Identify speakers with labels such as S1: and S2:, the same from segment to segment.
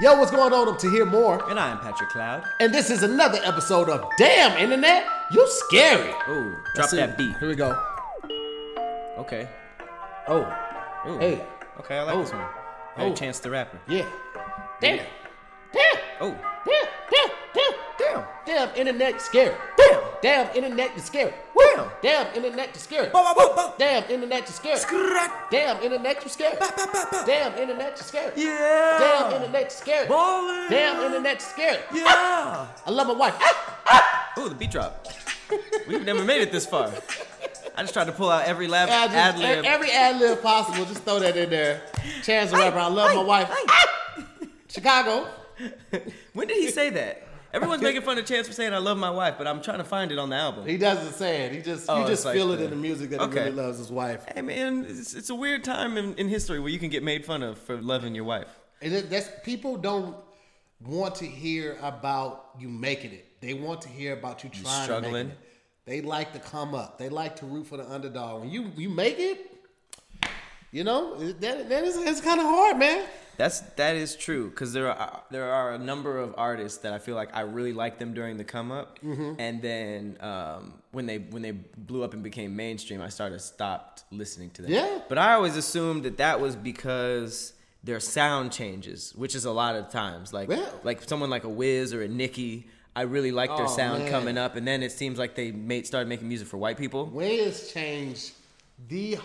S1: Yo, what's going on up to hear more?
S2: And I am Patrick Cloud.
S1: And this is another episode of Damn Internet, you scary.
S2: Ooh, drop
S1: That's it.
S2: that beat.
S1: Here we go.
S2: Okay.
S1: Oh,
S2: Ooh.
S1: Hey.
S2: Okay, I like this one. Hey,
S1: Oh.
S2: Chance the Rapper.
S1: yeah. Damn. Damn.
S2: Oh.
S1: Damn. Damn. Damn.
S2: Damn.
S1: Damn internet scary.
S2: Damn.
S1: Damn internet is scary.
S2: Damn. Oh.
S1: Damn internet is scary.
S2: Bo- bo- bo-
S1: Damn internet is scary.
S2: bo-
S1: Damn internet is scary. Damn internet is scary.
S2: Yeah.
S1: Damn internet is scary.
S2: Ballin'.
S1: Damn internet is scary.
S2: Yeah.
S1: I love my wife. Ah.
S2: Ooh, the beat drop. We've never made it this far. I just tried to pull out every lab
S1: Yeah, just-
S2: ad lib.
S1: e- Every ad lib possible, just throw that in there. Chance the rapper, I love my wife. Chicago.
S2: when did he say that? Everyone's making fun of Chance for saying I love my wife, but I'm trying to find it on the album.
S1: He doesn't say it. He just
S2: Oh,
S1: you just
S2: it's like
S1: feel it
S2: the-
S1: in the music that he
S2: Okay.
S1: really loves his wife.
S2: Hey man, it's, it's a weird time in, in history where you can get made fun of for loving your wife.
S1: And it, that's people don't want to hear about you making it. They want to hear about you trying to
S2: struggling.
S1: make it. They like to come up. They like to root for the underdog. When you you make it, you know it- that that is it's kind of hard, man.
S2: That's that is true because there are there are a number of artists that I feel like I really liked them during the come up,
S1: Mm-hmm.
S2: and then um, when they when they blew up and became mainstream, I started stopped listening to them.
S1: Yeah.
S2: but I always assumed that that was because their sound changes, which is a lot of times like
S1: Yeah.
S2: like someone like a Wiz or a Nicki. I really liked their
S1: Oh,
S2: sound
S1: man.
S2: coming up, and then it seems like they made started making music for white people.
S1: Wiz changed the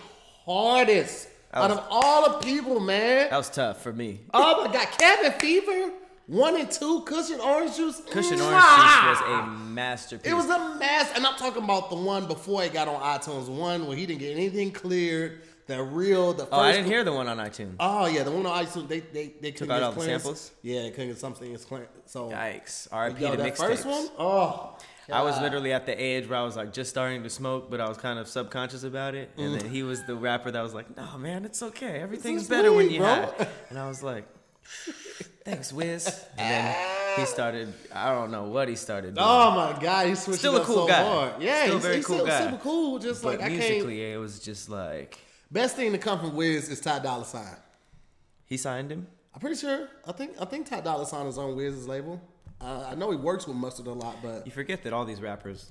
S1: hardest out
S2: was-
S1: of all the people, man.
S2: That was tough for me.
S1: Oh my God, Cabin Fever, one and two, Cushion Orange Juice.
S2: Cushion Orange Juice was a
S1: Mwah!
S2: masterpiece.
S1: It was a mess, and I'm talking about the one before it got on iTunes. the One where he didn't get anything cleared. The real, the first.
S2: oh, I didn't hear the one on iTunes.
S1: Oh yeah, the one on iTunes. They they they couldn't
S2: out
S1: get
S2: all the
S1: clearance.
S2: samples?
S1: Yeah, they couldn't get something. It's clear. So
S2: Yikes! RIP
S1: yo,
S2: to
S1: that first
S2: mixtapes.
S1: one. Oh,
S2: I was
S1: God.
S2: literally at the age where I was like just starting to smoke, but I was kind of subconscious about it. And then he was the rapper that was like, "No, man, it's okay. Everything's
S1: Mm. is
S2: better when
S1: weed,
S2: you
S1: bro."
S2: high." And I was like, "Thanks, Wiz." And then he started. I don't know what he started doing.
S1: Oh my God, he switched
S2: Still
S1: it
S2: a
S1: up
S2: cool
S1: so
S2: guy.
S1: hard. Yeah,
S2: Still
S1: he's,
S2: very
S1: he's
S2: cool
S1: still
S2: guy.
S1: super cool. Just
S2: but
S1: like I can't.
S2: musically, it was just like
S1: Best thing to come from Wiz is Ty Dolla Sign.
S2: he signed him.
S1: I'm pretty sure. I think I think Ty Dolla Sign is on Wiz's label. Uh, I know he works with Mustard a lot, but
S2: You forget that all these rappers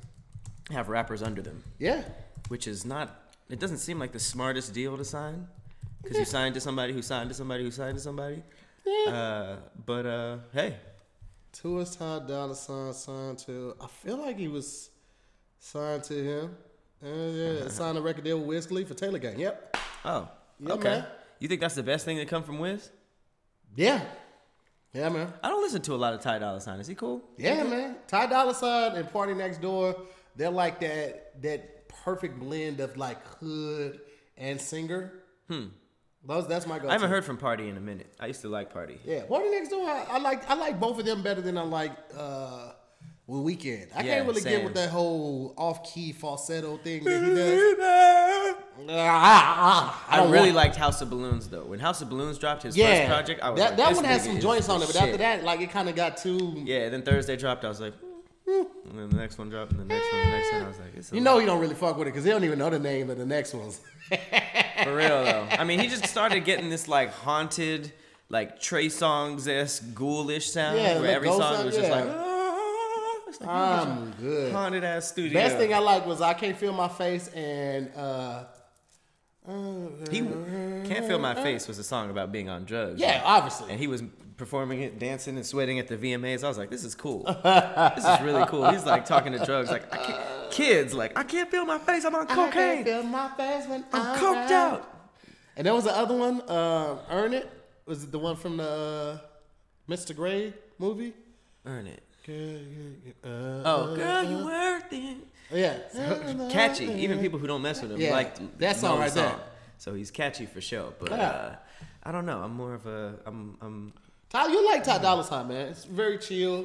S2: have rappers under them,
S1: yeah,
S2: which is not. It doesn't seem like the smartest deal to sign, because you signed to somebody who signed to somebody who signed to somebody.
S1: yeah.
S2: Uh, but uh, hey,
S1: Two is Ty Dolla Sign signed to. I feel like he was signed to him. Uh, yeah, signed a record deal with Wiz Khalifa Taylor Gang. Yep.
S2: Oh,
S1: Yeah,
S2: okay.
S1: man.
S2: You think that's the best thing to come from Wiz?
S1: Yeah. Yeah, man.
S2: I don't listen to a lot of Ty Dolla Sign. Is he cool?
S1: Yeah, man. Ty Dolla Sign and Party Next Door, they're like that that perfect blend of like hood and singer. Hmm. Those that's my go.
S2: I haven't heard from Party in a minute. I used to like Party.
S1: Yeah, Party Next Door. I, I like I like both of them better than I like uh well, Weekend. I
S2: Yeah,
S1: can't really get
S2: same.
S1: with that whole off key falsetto thing that he does. Ah, ah, ah.
S2: I,
S1: don't
S2: really
S1: want-
S2: liked House of Balloons though. When House of Balloons dropped his first
S1: yeah
S2: project, I was
S1: that
S2: like,
S1: that
S2: this
S1: one had
S2: nigga
S1: some
S2: is
S1: joints
S2: the
S1: on it, but after
S2: shit.
S1: that, like it kind of got too.
S2: yeah. Then Thursday dropped. I was like, and then the next one dropped, and the next one, the next one. I was like, it's a
S1: You know, you don't really fuck with it because they don't even know the name of the next ones.
S2: For real though. I mean, he just started getting this like haunted, like Trey Songs esque, ghoulish sound
S1: Yeah,
S2: where
S1: the
S2: every
S1: ghost
S2: song
S1: sound,
S2: was just
S1: yeah.
S2: like, "Ah," it's like,
S1: I'm good.
S2: haunted ass studio.
S1: Um, Best thing I liked was I can't feel my face and uh,
S2: He can't feel my face was a song about being on drugs.
S1: yeah,
S2: and
S1: obviously.
S2: he was performing it, dancing and sweating at the VMAs. I was like, this is cool. this is really cool. He's like talking to drugs, like I can't, kids, like I can't feel my face. I'm on
S1: I can't
S2: cocaine.
S1: feel my face when
S2: I'm
S1: I'm
S2: coked
S1: down.
S2: out.
S1: And there was the other one, uh, Earn It. Was it the one from the uh, Mr. Gray movie?
S2: Earn it.
S1: Uh,
S2: Oh, girl, you worth it.
S1: yeah.
S2: Catchy. Even people who don't mess with him
S1: Uh, Yeah,
S2: like
S1: that song
S2: know the
S1: right there.
S2: So he's catchy for sure, but
S1: Yeah.
S2: uh, I don't know. I'm more of a I'm I'm
S1: Ty, you like Ty Dolla Sign, man. It's very chill.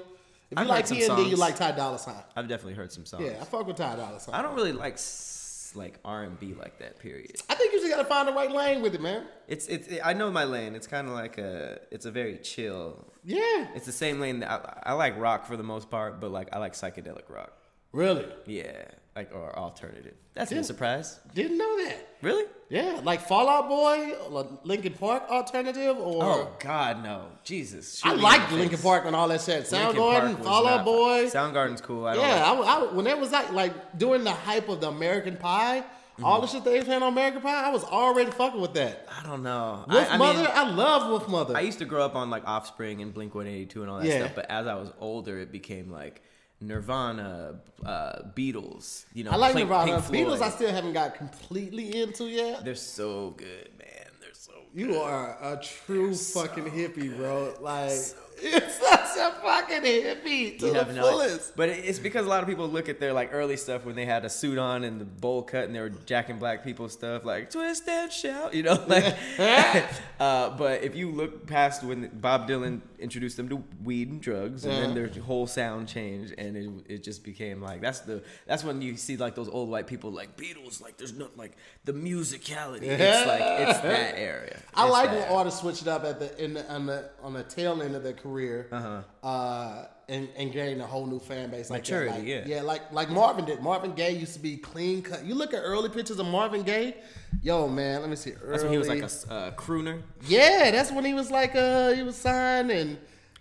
S1: If you
S2: I've
S1: like
S2: heard some
S1: TND, you
S2: songs.
S1: like Ty Dolla Sign.
S2: I've definitely heard some songs.
S1: Yeah, I fuck with Ty Dolla Sign.
S2: I don't really like s- like R and B like that. Period.
S1: I think you just gotta find the right lane with it, man.
S2: It's it's it, I know my lane. It's kind of like a it's a very chill.
S1: Yeah.
S2: It's the same lane that I, I like rock for the most part, but like I like psychedelic rock.
S1: Really?
S2: Yeah, like or alternative. That's no surprise.
S1: Didn't know that.
S2: Really?
S1: Yeah, like Fallout Boy, or Linkin Park alternative, or
S2: Oh God, no, Jesus! shoot
S1: I
S2: me in
S1: liked
S2: the
S1: Linkin
S2: face.
S1: Park and all that shit.
S2: Linkin Park
S1: Soundgarden,
S2: was
S1: Fall Out
S2: not-
S1: Boy.
S2: Soundgarden's cool. I don't
S1: yeah,
S2: like-
S1: I, I- when it was like like during the hype of the American Pie, all
S2: Mm-hmm.
S1: the shit they was playing on American Pie, I was already fucking with that.
S2: I don't know.
S1: Wolf
S2: I, I
S1: Mother,
S2: mean,
S1: I love Wolf Mother.
S2: I used to grow up on like Offspring and Blink 182 and all that
S1: Yeah.
S2: stuff, but as I was older, it became like Nirvana, uh, Beatles. You know,
S1: I like
S2: Pink,
S1: Nirvana.
S2: Pink Floyd.
S1: Beatles, I still haven't got completely into yet.
S2: They're so good, man. They're so.
S1: You are a true fucking hippie, bro. Like, it's such a fucking hippie to
S2: You
S1: the
S2: have no-
S1: fullest.
S2: but it- it's because a lot of people look at their like early stuff when they had a suit on and the bowl cut and they were jacking black people stuff like twist and shout, you know. Like, uh, but if you look past when Bob Dylan introduced them to weed and drugs, and then
S1: Uh-huh.
S2: their whole sound changed, and it, it just became like that's the that's when you see like those old white people like Beatles, like there's not like the musicality. It's like it's that area.
S1: I
S2: It's
S1: like
S2: that
S1: when
S2: area.
S1: artists switch it up at the in the, on the on the tail end of their career, uh-huh. and and gain a whole new fan base. Like that.
S2: Maturity,
S1: Like-
S2: yeah.
S1: yeah, like like Marvin did. Marvin Gaye used to be clean cut. You look at early pictures of Marvin Gaye, yo man. Let me see. Early,
S2: that's when he was like a s- uh, crooner
S1: yeah. That's when he was like uh he was signed and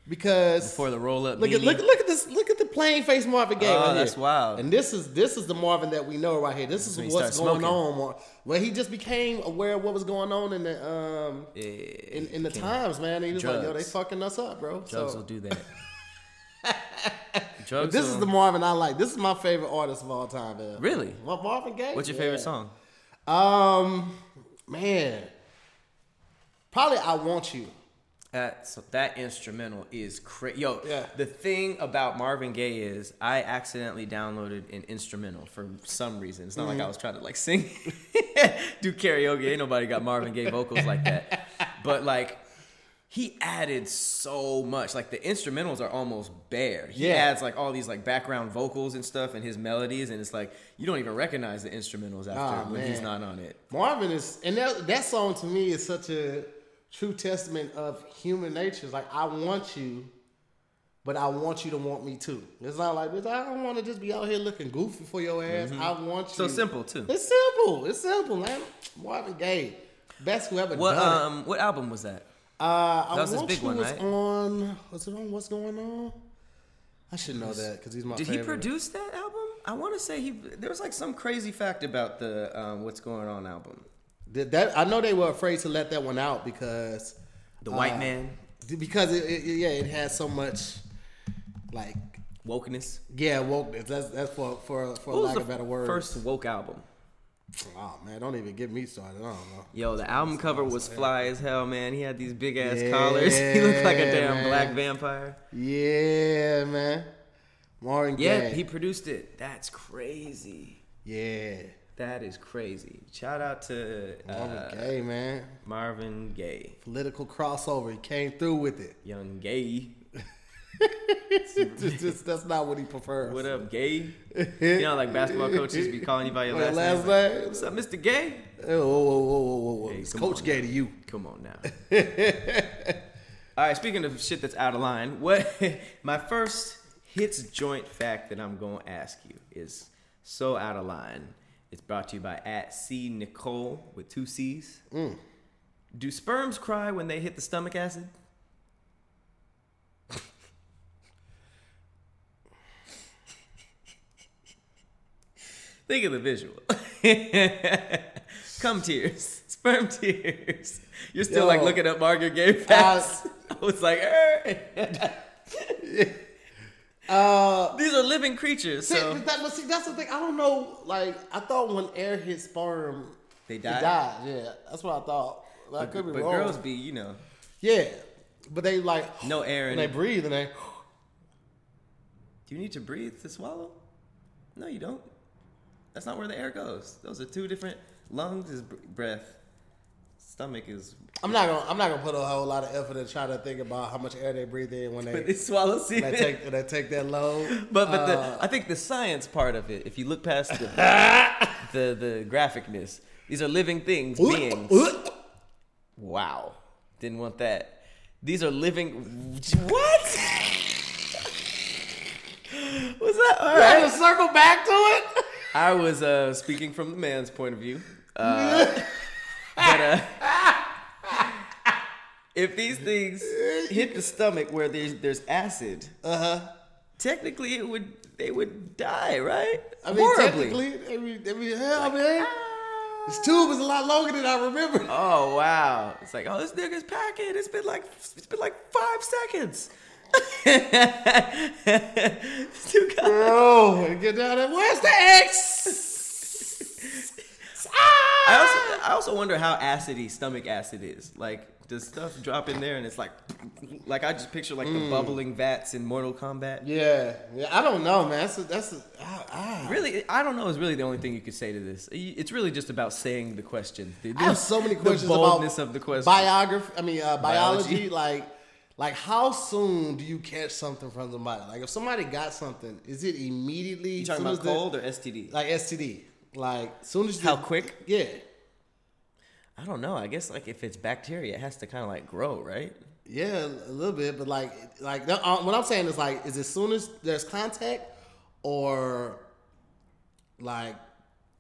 S1: because
S2: for the roll up.
S1: Look at look, look at this look at the plain face Marvin Gaye.
S2: Oh,
S1: right here.
S2: that's wild.
S1: And this is this is the Marvin that we know right here. This is
S2: when he
S1: what's
S2: started
S1: going on. Mar- Well, he just became aware of what was going on in the um in, in the times, man. He was like, yo, they
S2: Drugs.
S1: fucking us up, bro.
S2: Drugs will
S1: so
S2: do that. Drugs.
S1: this is the
S2: will-
S1: Marvin I like. This is my favorite artist of all time, man.
S2: Really?
S1: Mar- Marvin Gaye.
S2: What's your favorite
S1: Yeah.
S2: song?
S1: Um, man, probably I Want You.
S2: That so that instrumental is crazy. Yo,
S1: Yeah.
S2: the thing about Marvin Gaye is I accidentally downloaded an instrumental for some reason. It's not
S1: Mm-hmm.
S2: like I was trying to like sing, do karaoke. Ain't nobody got Marvin Gaye vocals like that. But like. He added so much. Like the instrumentals are almost bare. He
S1: Yeah.
S2: adds like all these like background vocals and stuff and his melodies and it's like you don't even recognize the instrumentals after
S1: Aw,
S2: when he's
S1: man.
S2: not on it.
S1: Marvin is, and that, that song to me is such a true testament of human nature. It's like, I want you, but I want you to want me too. It's not like, bitch, I don't want to just be out here looking goofy for your ass. I want you.
S2: Mm-hmm. So simple too.
S1: It's simple. It's simple, man. Marvin Gaye. Best whoever
S2: What
S1: done it.
S2: um what album was that?
S1: Uh, I
S2: that was his
S1: want
S2: big
S1: you
S2: one,
S1: was
S2: right?
S1: on, was it on What's Going On? I should know that because he's my
S2: Did
S1: favorite.
S2: he produce that album? I want to say he. There was like some crazy fact about the um, "What's Going On" album.
S1: Did that, I know they were afraid to let that one out because
S2: The white
S1: uh,
S2: man
S1: because it, it, it- yeah, it has so much like
S2: wokeness.
S1: yeah wokeness. That's that's for for for
S2: What was
S1: lack
S2: the
S1: of better word.
S2: first woke album?
S1: Oh man, don't even get me started. I don't know.
S2: Yo, the album cover was fly as hell, man. He had these big ass
S1: Yeah,
S2: collars. he looked like a damn
S1: man.
S2: black vampire.
S1: Yeah, man. Marvin
S2: Yeah,
S1: Gaye.
S2: he produced it. That's crazy.
S1: yeah,
S2: That is crazy. Shout out to
S1: Marvin
S2: uh,
S1: Gaye, man.
S2: Marvin Gaye,
S1: Political crossover. He came through with it.
S2: young Gay.
S1: Just- just- that's not what he prefers.
S2: What up, Gay? you know, like basketball coaches be calling you by your
S1: Your
S2: last,
S1: last
S2: name. like,
S1: name?
S2: What's up, Mr. Gay?
S1: Hey, whoa, whoa, whoa, whoa, whoa, whoa.
S2: Hey,
S1: It's
S2: come
S1: Coach
S2: on
S1: Gay to you.
S2: Come on now. All right, speaking of shit that's out of line, what my first hits joint fact that I'm gonna ask you is so out of line. It's brought to you by at C Nicole with two C's. Do sperms cry when they hit the stomach acid? Think of the visual. Come tears, sperm tears. You're still like
S1: Yo.
S2: looking up Margaret Gay facts. I was like, "Er."
S1: Uh,
S2: these are living creatures,
S1: See,
S2: so
S1: but that, but see, that's the thing. I don't know. Like, I thought when air hits sperm,
S2: They
S1: it
S2: die?
S1: dies. Yeah, that's what I thought. I
S2: But
S1: could be wrong.
S2: girls be, you know,
S1: yeah, but they like
S2: no air in
S1: when they
S2: it.
S1: breathe and they.
S2: Do you need to breathe to swallow? No, you don't. That's not where the air goes. Those are two different. Lungs is br- breath. Stomach is.
S1: I'm not gonna. I'm not gonna put a whole lot of effort in trying to think about how much air they breathe in when
S2: But
S1: they.
S2: they swallow semen.
S1: They take, uh, they take that load.
S2: But but the I think the science part of it, if you look past the the, the graphicness, these are living things, beings. Wow, didn't want that. These are living. What? Was that all
S1: I
S2: right?
S1: had to circle back to it.
S2: I was uh, speaking from the man's point of view. Uh, but, uh, if these things hit the stomach where there's there's acid, uh huh. Technically, it would they would die, right?
S1: I mean, technically, I mean, I mean, hell, man,
S2: Ah.
S1: this tube is a lot longer than I remember.
S2: Oh wow! It's like, oh, this nigga's packing. It's been like it's been like five seconds. It's too good.
S1: Bro, and get down there. Where's the X?
S2: I
S1: ah!
S2: also, I also wonder how acidy stomach acid is. Like, does stuff drop in there and it's like, like I just picture like the
S1: Mm.
S2: bubbling vats in Mortal Kombat.
S1: Yeah, yeah. I don't know, man. That's a, that's a, ah, ah.
S2: Really, I don't know. Is really the only thing you could say to this. It's really just about saying the question. The,
S1: I have so many questions
S2: the
S1: about
S2: boldness of the question.
S1: biography. I mean, uh, biology.
S2: Biology.
S1: Like, like how soon do you catch something from somebody? Like, if somebody got something, is it immediately?
S2: you talking
S1: soon as
S2: about
S1: the-
S2: cold or STD?
S1: like STD. Like, soon as
S2: How
S1: the-
S2: quick?
S1: Yeah,
S2: I don't know. I guess like if it's bacteria, it has to kind of like grow, right?
S1: yeah, a little bit, but like, like the- uh, what I'm saying is like, is as soon as there's contact, or like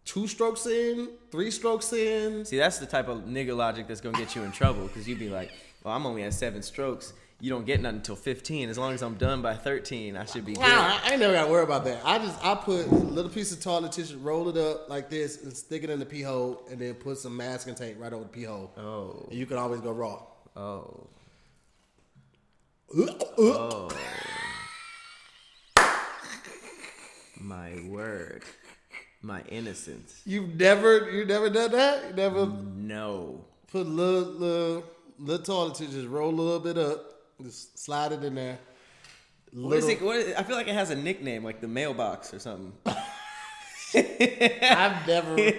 S1: two strokes in, three strokes in.
S2: See, that's the type of nigga logic that's gonna get you in trouble because you'd be like, "Well, I'm only at seven strokes. You don't get nothing until 15. As long as I'm done by 13, I should be good."
S1: Nah, I ain't never gotta worry about that. I just I put a little piece of toilet tissue, roll it up like this, and stick it in the pee hole, and then put some masking tape right over the pee hole.
S2: Oh,
S1: And you can always go raw.
S2: oh,
S1: Ooh, ooh.
S2: my word, my innocence.
S1: You've never you never done that. You never
S2: Mm. No,
S1: put a little little little toilet tissue, just roll a little bit up, just slide it in there.
S2: what is
S1: Little-
S2: it? What is, I feel like it has a nickname, like the mailbox or something.
S1: I've never.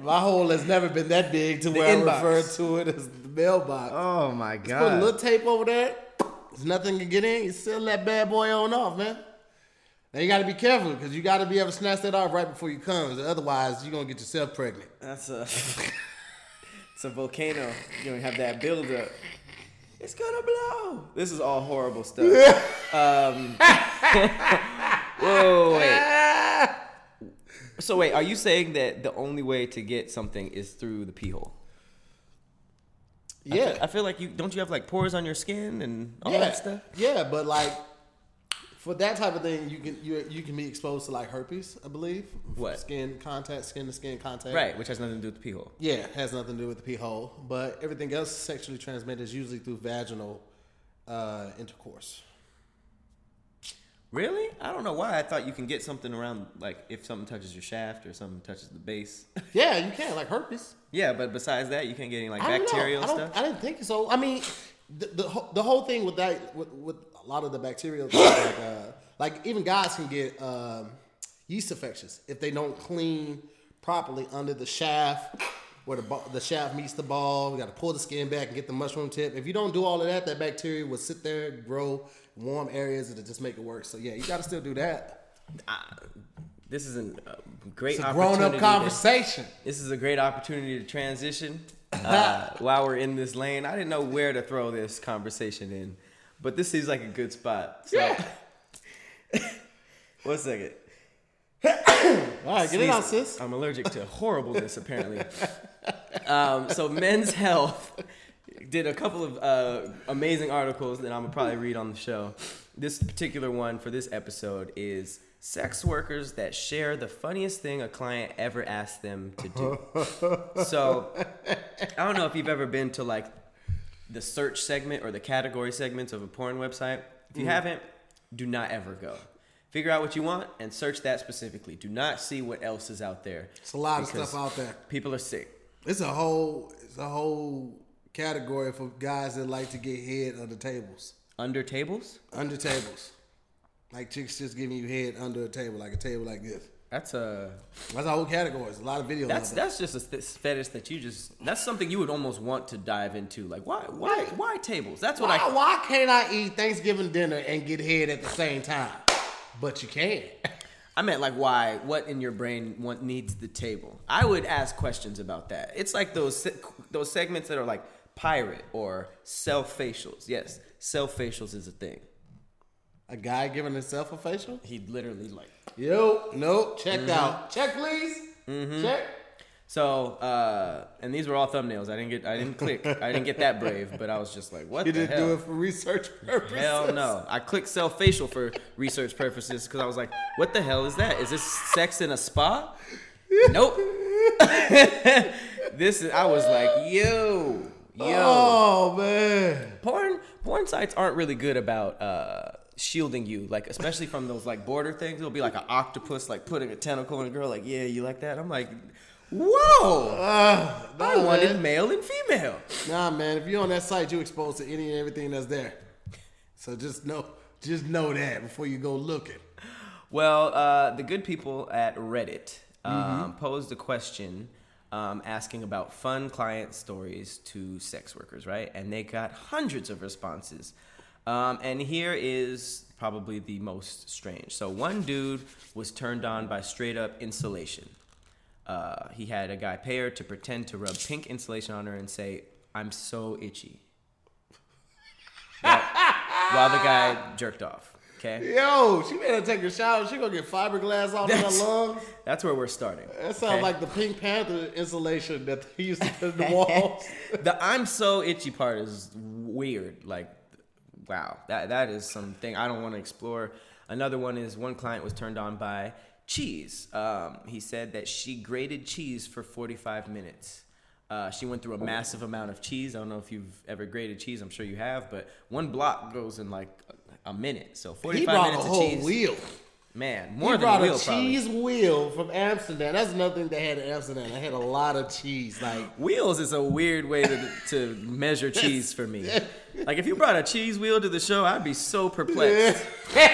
S1: My hole has never been that big to where I
S2: inbox.
S1: refer to it as the mailbox.
S2: Oh my
S1: Put a little tape over there. There's nothing can get in. You seal that bad boy on off, man. Now you got to be careful because you got to be able to snatch that off right before you comes. Otherwise, you're gonna get yourself pregnant.
S2: That's a. it's a volcano. You don't have that buildup. It's gonna blow. This is all horrible stuff. um, whoa, wait.
S1: Ah!
S2: So wait, are you saying that the only way to get something is through the pee hole? I feel- I feel,
S1: Yeah,
S2: like you don't. You have like pores on your skin and all
S1: yeah,
S2: that stuff.
S1: yeah. But like for that type of thing, you can you you can be exposed to like herpes, I believe.
S2: What?
S1: skin contact, skin to skin contact?
S2: Right, which has nothing to do with the pee hole.
S1: Yeah, has nothing to do with the pee hole, but everything else sexually transmitted is usually through vaginal uh, intercourse.
S2: Really? I don't know why. I thought you can get something around like if something touches your shaft or something touches the base.
S1: Yeah, you can like herpes.
S2: yeah, but besides that, you can't get any like
S1: I don't know.
S2: bacterial
S1: I don't-
S2: stuff.
S1: I didn't think so. I mean, the the, whole- the whole thing with that with, with a lot of the bacterial things, like uh, like even guys can get um, yeast infections if they don't clean properly under the shaft where the ba- the shaft meets the ball. You got to pull the skin back and get the mushroom tip. If you don't do all of that, that bacteria will sit there, grow, warm areas, and it just make it worse. So yeah, you got to still do that.
S2: this is an, a great
S1: It's a
S2: opportunity.
S1: grown up
S2: to-
S1: conversation.
S2: this is a great opportunity to transition uh, while we're in this lane. I didn't know where to throw this conversation in, but this seems like a good spot. So,
S1: Yeah.
S2: one second.
S1: All right, get it out, sis.
S2: I'm allergic to horribleness, apparently. um, so, Men's Health did a couple of uh, amazing articles that I'm gonna probably read on the show. This particular one for this episode is sex workers that share the funniest thing a client ever asked them to do. so, I don't know if you've ever been to like the search segment or the category segments of a porn website. If you haven't, do not ever go. Figure out what you want and search that specifically. Do not see what else is out there.
S1: It's a lot of
S2: because
S1: stuff out there.
S2: People are sick.
S1: It's a whole it's a whole category for guys that like to get head under tables.
S2: Under tables?
S1: Under tables. Like chicks just giving you head under a table, like a table like this.
S2: That's a
S1: That's a whole category. It's a lot of videos
S2: that's
S1: out there.
S2: that's just a th- fetish that you just that's something you would almost want to dive into. Like why why
S1: Right.
S2: why tables? That's what
S1: Why,
S2: I
S1: why can't I eat Thanksgiving dinner and get head at the same time? But you can.
S2: I meant like why what in your brain want, needs the table. I would ask questions about that. It's like those se- those segments that are like pirate or self facials. Yes, self facials is a thing.
S1: A guy giving himself a facial?
S2: He literally like.
S1: Yo, nope. Checked out. Check, please. Check.
S2: So, uh, and these were all thumbnails. I didn't get, I didn't click. I didn't get that brave, but I was just like, what
S1: You
S2: the
S1: didn't
S2: hell?
S1: do it for research purposes.
S2: Hell no. I clicked sell facial for research purposes because I was like, what the hell is that? Is this sex in a spa? Nope. this is, I was like, yo, yo.
S1: Oh man.
S2: Porn, porn sites aren't really good about, uh, shielding you like especially from those like border things it'll be like an octopus like putting a tentacle in a girl like yeah you like that i'm like whoa
S1: Ah, nah,
S2: i wanted
S1: man.
S2: male and female
S1: Nah, man. If you're on that site, you're exposed to any and everything that's there. So just know, just know that before you go looking.
S2: Well, uh, the good people at Reddit um, posed a question um, asking about fun client stories to sex workers, right? And they got hundreds of responses. Um, and here is probably the most strange. So, one dude was turned on by straight up insulation. Uh, he had a guy pay her to pretend to rub pink insulation on her and say, I'm so itchy. while the guy jerked off. Okay?
S1: Yo, she better take a shower. She gonna get fiberglass all in her
S2: That's-
S1: lungs.
S2: That's where we're starting.
S1: That sounds
S2: okay?
S1: like the Pink Panther insulation that they used to put in the walls.
S2: the I'm so itchy part is weird. Like, wow, that that is something I don't want to explore. Another one is one client was turned on by cheese. Um, he said that she grated cheese for 45 minutes. Uh, she went through a massive amount of cheese. I don't know if you've ever grated cheese. I'm sure you have, but one block goes in like a a minute. So
S1: he
S2: 45
S1: brought a
S2: minutes of
S1: whole
S2: cheese.
S1: wheel.
S2: Man, more
S1: he
S2: than a
S1: brought
S2: wheel,
S1: a
S2: probably.
S1: cheese wheel from Amsterdam. That's another thing they had in Amsterdam. They had a lot of cheese. Like
S2: Wheels is a weird way to, to measure cheese for me. Like if you brought a cheese wheel to the show, I'd be so perplexed.
S1: it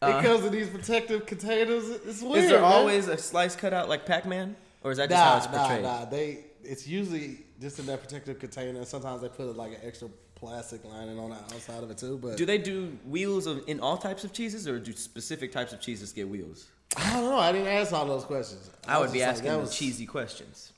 S1: comes in these protective containers. It's weird.
S2: Uh, Is there
S1: man.
S2: always a slice cut out like Pac-Man, or is that just how
S1: nah,
S2: it's
S1: nah,
S2: portrayed?
S1: nah? They it's usually just in that protective container. Sometimes they put like an extra plastic lining on the outside of it too. But
S2: Do they do wheels of, in all types of cheeses, or do specific types of cheeses get wheels?
S1: I don't know. I didn't ask all those questions.
S2: I
S1: was
S2: would be
S1: just like,
S2: asking
S1: that
S2: the
S1: was-
S2: cheesy questions.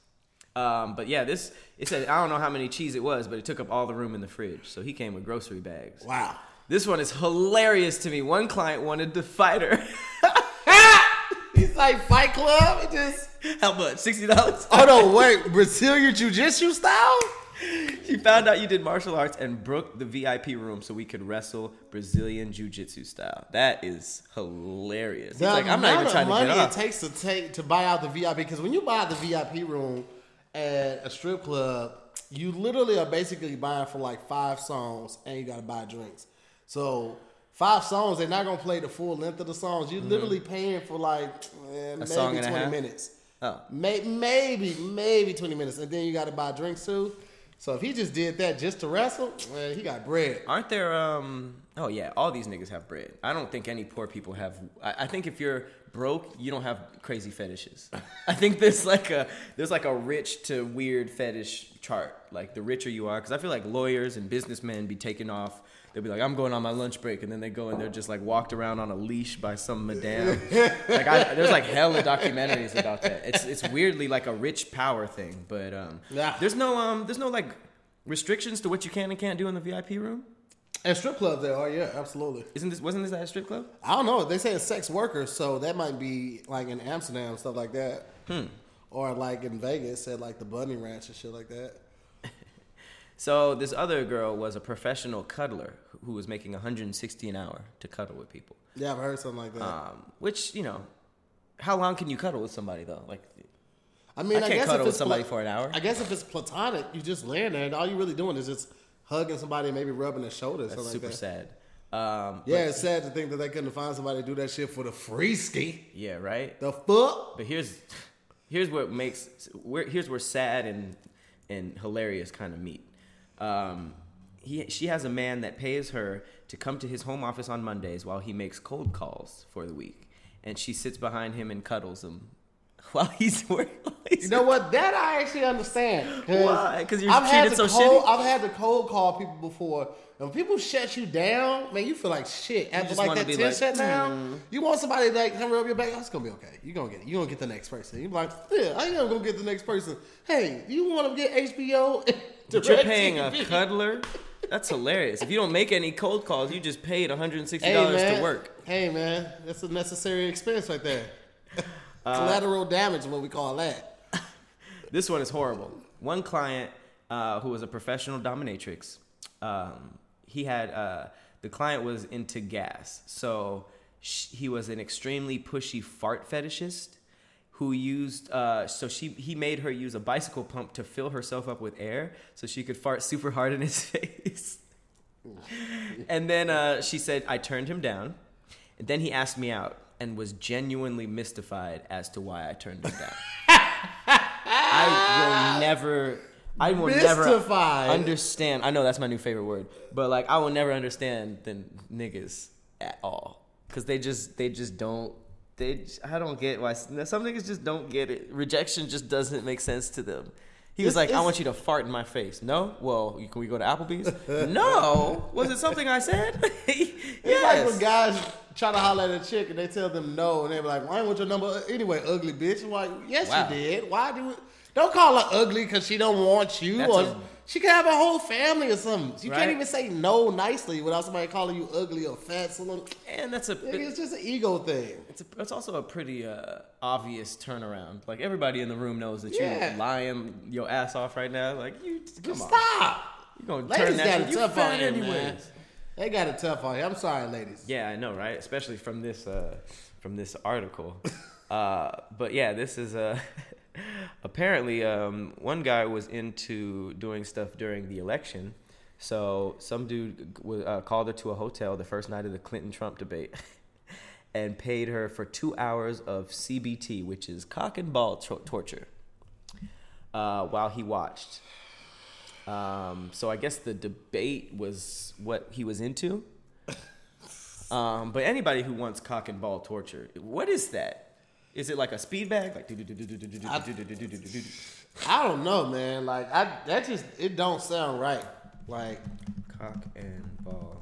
S2: Um, but yeah, this it said I don't know how many cheese it was, but it took up all the room in the fridge. So he came with grocery bags.
S1: Wow.
S2: This one is hilarious to me. One client wanted to fight her.
S1: He's like Fight Club. It just.
S2: how much? Sixty dollars.
S1: Oh no! Wait, Brazilian Jiu Jitsu style?
S2: She found out you did martial arts and broke the VIP room so we could wrestle Brazilian Jiu Jitsu style. That is hilarious. He's
S1: The
S2: like, I'm not even
S1: amount of
S2: trying to
S1: money
S2: get
S1: it
S2: off.
S1: takes to take to buy out the VIP because when you buy out the VIP room at a strip club, you literally are basically buying for like five songs and you got to buy drinks. So five songs, they're not gonna play the full length of the songs. You're literally paying for like eh, maybe
S2: song and Mm-hmm. a
S1: twenty
S2: half?
S1: minutes.
S2: Oh.
S1: May- maybe maybe twenty minutes, and then you got to buy drinks too. So if he just did that just to wrestle, man, he got bread.
S2: Aren't there? Um. Oh yeah, all these niggas have bread. I don't think any poor people have. I, I think if you're broke, you don't have crazy fetishes. I think there's like a there's like a rich to weird fetish chart. Like the richer you are, because I feel like lawyers and businessmen be taking off. They'll be like, I'm going on my lunch break, and then they go and they're just like walked around on a leash by some madame. like I, there's like hella documentaries about that. It's it's weirdly like a rich power thing, but um,
S1: Yeah.
S2: there's no um, there's no like restrictions to what you can and can't do in the VIP room.
S1: And strip clubs, there are yeah, absolutely.
S2: Isn't this wasn't this at a strip club?
S1: I don't know. They say it's sex workers, so that might be like in Amsterdam, stuff like that.
S2: Hmm.
S1: Or like in Vegas at like the Bunny Ranch and shit like that.
S2: So this other girl was a professional cuddler who was making 160 an hour to cuddle with people.
S1: Yeah, I've heard something like that.
S2: Um, which you know, how long can you cuddle with somebody though? Like,
S1: I mean,
S2: I
S1: I,
S2: can't
S1: guess if
S2: cuddle with
S1: it's
S2: somebody
S1: pla-
S2: for an hour.
S1: I guess if it's platonic, you just laying there and all you really doing is just hugging somebody, and maybe rubbing their shoulders,
S2: that's
S1: something
S2: super
S1: like that.
S2: sad. Um, but-
S1: Yeah, it's sad to think that they couldn't find somebody to do that shit for the free ski.
S2: yeah, right.
S1: The fuck?
S2: But here's here's what makes where here's where sad and and hilarious kind of meet. Um, he she has a man that pays her to come to his home office on Mondays while he makes cold calls for the week, and she sits behind him and cuddles him while he's working. While he's
S1: You know what? That I actually understand.
S2: Why? 'Cause you're
S1: had
S2: treated
S1: to
S2: so
S1: cold,
S2: shitty?
S1: I've had to cold call people before. And when people shut you down, man, you feel like shit. After
S2: just
S1: like
S2: wanna
S1: that
S2: be
S1: ten
S2: like, hmm.
S1: shut down, you want somebody to like come rub your back. Oh, it's gonna be okay. You gonna get you gonna get the next person. You be like, yeah, I ain't gonna go get the next person. Hey, you want to get HBO?
S2: But you're paying a cuddler. That's hilarious. if you don't make any cold calls, you just paid one hundred and sixty
S1: Hey,
S2: dollars
S1: man.
S2: to work.
S1: Hey man, that's a necessary expense right there.
S2: Uh,
S1: Collateral damage, is what we call that.
S2: This one is horrible. One client uh, who was a professional dominatrix, um, he had uh, the client was into gas, so sh- he was an extremely pushy fart fetishist who used uh, so she he made her use a bicycle pump to fill herself up with air so she could fart super hard in his face. and then uh, she said, "I turned him down." And then he asked me out and was genuinely mystified as to why I turned him down. I will never. I will never
S1: Mystified.
S2: understand. I know that's my new favorite word, but like I will never understand the niggas at all because they just they just don't. They j- I don't get why s- some niggas just don't get it. Rejection just doesn't make sense to them. He was
S1: It's-
S2: like, "I
S1: it's-
S2: want you to fart in my face." No, well, you- can we go to Applebee's? no, was it something I said?
S1: It's like
S2: yes.
S1: when guys try to holler at a chick and they tell them no, and they're like, "Why ain't want your number anyway, ugly bitch?" I'm like, yes,
S2: Wow.
S1: you did. Why do it? Don't call her ugly because she don't want you,
S2: That's
S1: or
S2: a-
S1: she could have a whole family or something. You can't
S2: Right.
S1: even say no nicely without somebody calling you ugly or fat. So like,
S2: and that's a
S1: it's just an ego thing.
S2: It's, a, it's also a pretty uh, obvious turnaround. Like everybody in the room knows that
S1: Yeah.
S2: you're lying your ass off right now. Like you, come on,
S1: Stop.
S2: you gonna turn
S1: Ladies
S2: that?
S1: got
S2: shit-
S1: it
S2: You
S1: tough on you,
S2: fat
S1: man.
S2: anyways.
S1: They got it tough on you. I'm sorry, ladies.
S2: Yeah, I know, right? Especially from this uh, from this article. uh, but yeah, this is uh, apparently um, one guy was into doing stuff during the election. So some dude w- uh, called her to a hotel the first night of the Clinton Trump debate. And paid her for two hours of CBT, which is cock and ball tor- torture, uh, while he watched. Um, so I guess the debate was what he was into. Um, but anybody who wants cock and ball torture, what is that? Is it like a speed bag? Like
S1: I don't know, man. Like I, that just it don't sound right. Like
S2: cock and ball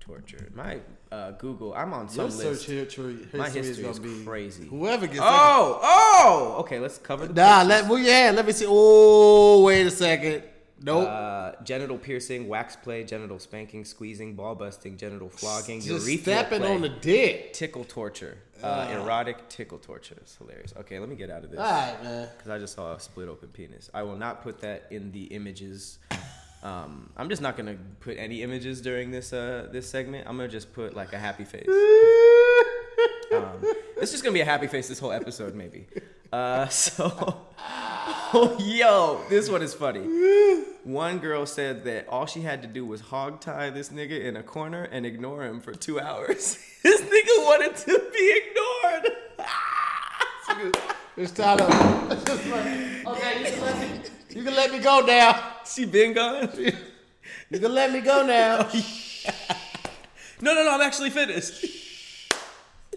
S2: torture. My uh, Google, I'm on some
S1: your
S2: list.
S1: search history, history,
S2: My
S1: is
S2: history
S1: gonna
S2: is
S1: be
S2: crazy.
S1: Whoever gets
S2: Oh, oh, okay. Let's cover the
S1: that, nah, let well, yeah, let me see. Oh, wait a second. Nope.
S2: Uh, genital piercing, wax play, genital spanking, squeezing, ball busting, genital flogging,
S1: just
S2: urethral
S1: stepping
S2: play,
S1: on the Ah. dick.
S2: tickle torture, uh, erotic tickle torture. It's hilarious. Okay, let me get out of this.
S1: All right, man.
S2: because I just saw a split open penis. I will not put that in the images. Um, I'm just not gonna put any images during this uh, this segment. I'm gonna just put like a happy face. Um, it's just gonna be a happy face this whole episode, maybe. Uh, so, oh, yo, this one is funny. One girl said that all she had to do was hog tie this nigga in a corner and ignore him for two hours. this nigga wanted to be ignored.
S1: It's time to. It's just like, okay, you can, let me, you can let me go now.
S2: she been gone.
S1: You can let me go now.
S2: No, no, no. I'm actually finished.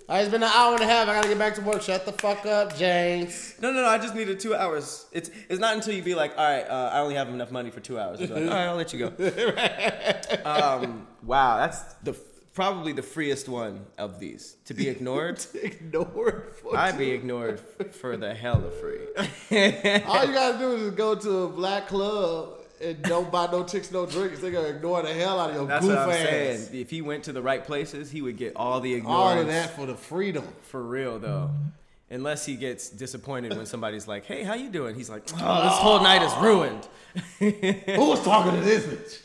S1: All right, it's been an hour and a half. I gotta get back to work. Shut the fuck up, James.
S2: No, no, no. I just needed two hours. It's it's not until you be like, all right, uh, I only have enough money for two hours. It's like, all right, I'll let you go. um, wow, that's the probably the freest one of these to be ignored.
S1: Ignore. it.
S2: I'd be ignored for the hell of free.
S1: All you gotta do is just go to a black club and don't buy no chicks, no drinks. They gonna ignore the hell out of your
S2: That's
S1: goof
S2: what I'm
S1: ass.
S2: saying. If he went to the right places, he would get all the ignorance.
S1: All of that for the freedom.
S2: for real though. Unless he gets disappointed when somebody's like, "Hey, how you doing?" He's like, "Oh, this whole night is ruined."
S1: Who was talking to this bitch?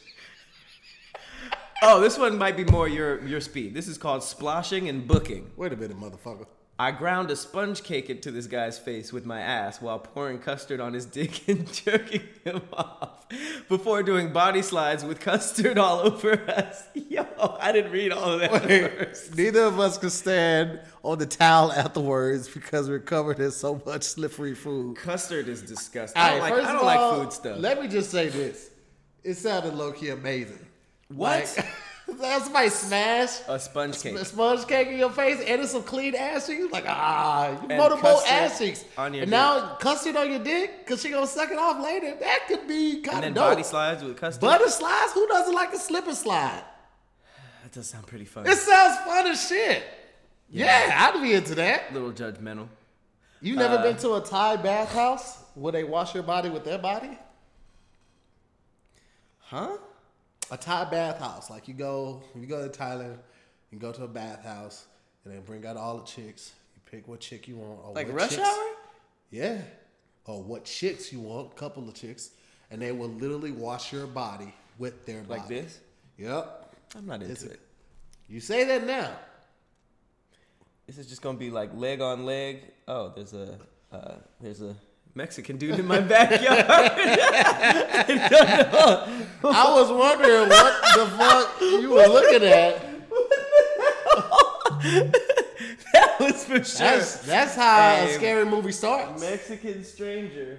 S2: Oh, this one might be more your your speed. This is called splashing and booking.
S1: Wait a minute, motherfucker.
S2: I ground a sponge cake into this guy's face with my ass while pouring custard on his dick and jerking him off before doing body slides with custard all over us. Yo, I didn't read all of that. first.
S1: Neither of us could stand on the towel afterwards because we're covered in so much slippery food.
S2: Custard is disgusting.
S1: All
S2: I
S1: right,
S2: don't, like,
S1: first
S2: I
S1: of
S2: don't like
S1: all,
S2: food stuff.
S1: Let me just say this: it sounded low key amazing.
S2: What?
S1: Like, like somebody smash
S2: a sponge cake.
S1: a sponge cake in your face and it's some clean ass cheeks. Like ah, you
S2: And
S1: multiple
S2: custard
S1: ass cheeks.
S2: on your
S1: and now custard on your dick because she gonna suck it off later. That could be
S2: And
S1: kind
S2: then
S1: of
S2: body
S1: dope.
S2: slides with custard.
S1: Butter slides. Who doesn't like a slip and slide?
S2: that does sound pretty fun.
S1: It sounds fun as shit. Yeah, I'd be into that.
S2: a little judgmental.
S1: You
S2: Uh,
S1: never been to a Thai bathhouse where they wash your body with their body?
S2: Huh?
S1: a Thai bathhouse. Like you go, you go to Thailand, you go to a bathhouse, and they bring out all the chicks. You pick what chick you want, or
S2: Like
S1: what
S2: rush
S1: chicks-
S2: hour?
S1: Yeah, or what chicks you want? Couple of chicks, and they will literally wash your body with their body.
S2: Like this?
S1: Yep.
S2: I'm not into
S1: It's-
S2: it.
S1: You say that now.
S2: This is just gonna be like leg on leg. Oh, there's a uh, there's a Mexican dude in my backyard.
S1: I was wondering what the fuck you were looking at.
S2: that was for sure.
S1: That's that's how
S2: Hey.
S1: a scary movie starts.
S2: Mexican stranger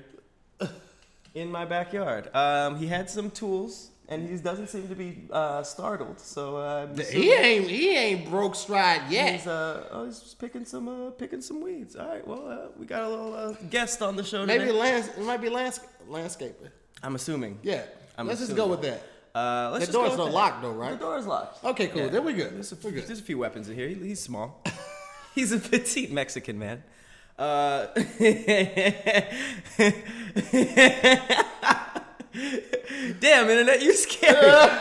S2: in my backyard. Um, he had some tools, and he doesn't seem to be uh, startled. So uh, I'm
S1: He
S2: assuming
S1: ain't he ain't broke stride yet.
S2: he's uh, oh, he's just picking some uh, picking some weeds. All right, well, uh, we got a little uh, guest on the show
S1: Maybe
S2: today.
S1: lands it might be lands- landscaping.
S2: I'm assuming.
S1: Yeah.
S2: I'm
S1: Let's just
S2: assuming.
S1: go with that.
S2: Uh,
S1: The
S2: let's just go
S1: door's
S2: with
S1: not
S2: that.
S1: locked though,
S2: The
S1: right?
S2: door is locked.
S1: Okay, cool. Then we good.
S2: There's a,
S1: We good.
S2: there's a few weapons in here. He- he's small. he's a petite Mexican man. Uh, Damn, internet, you scary.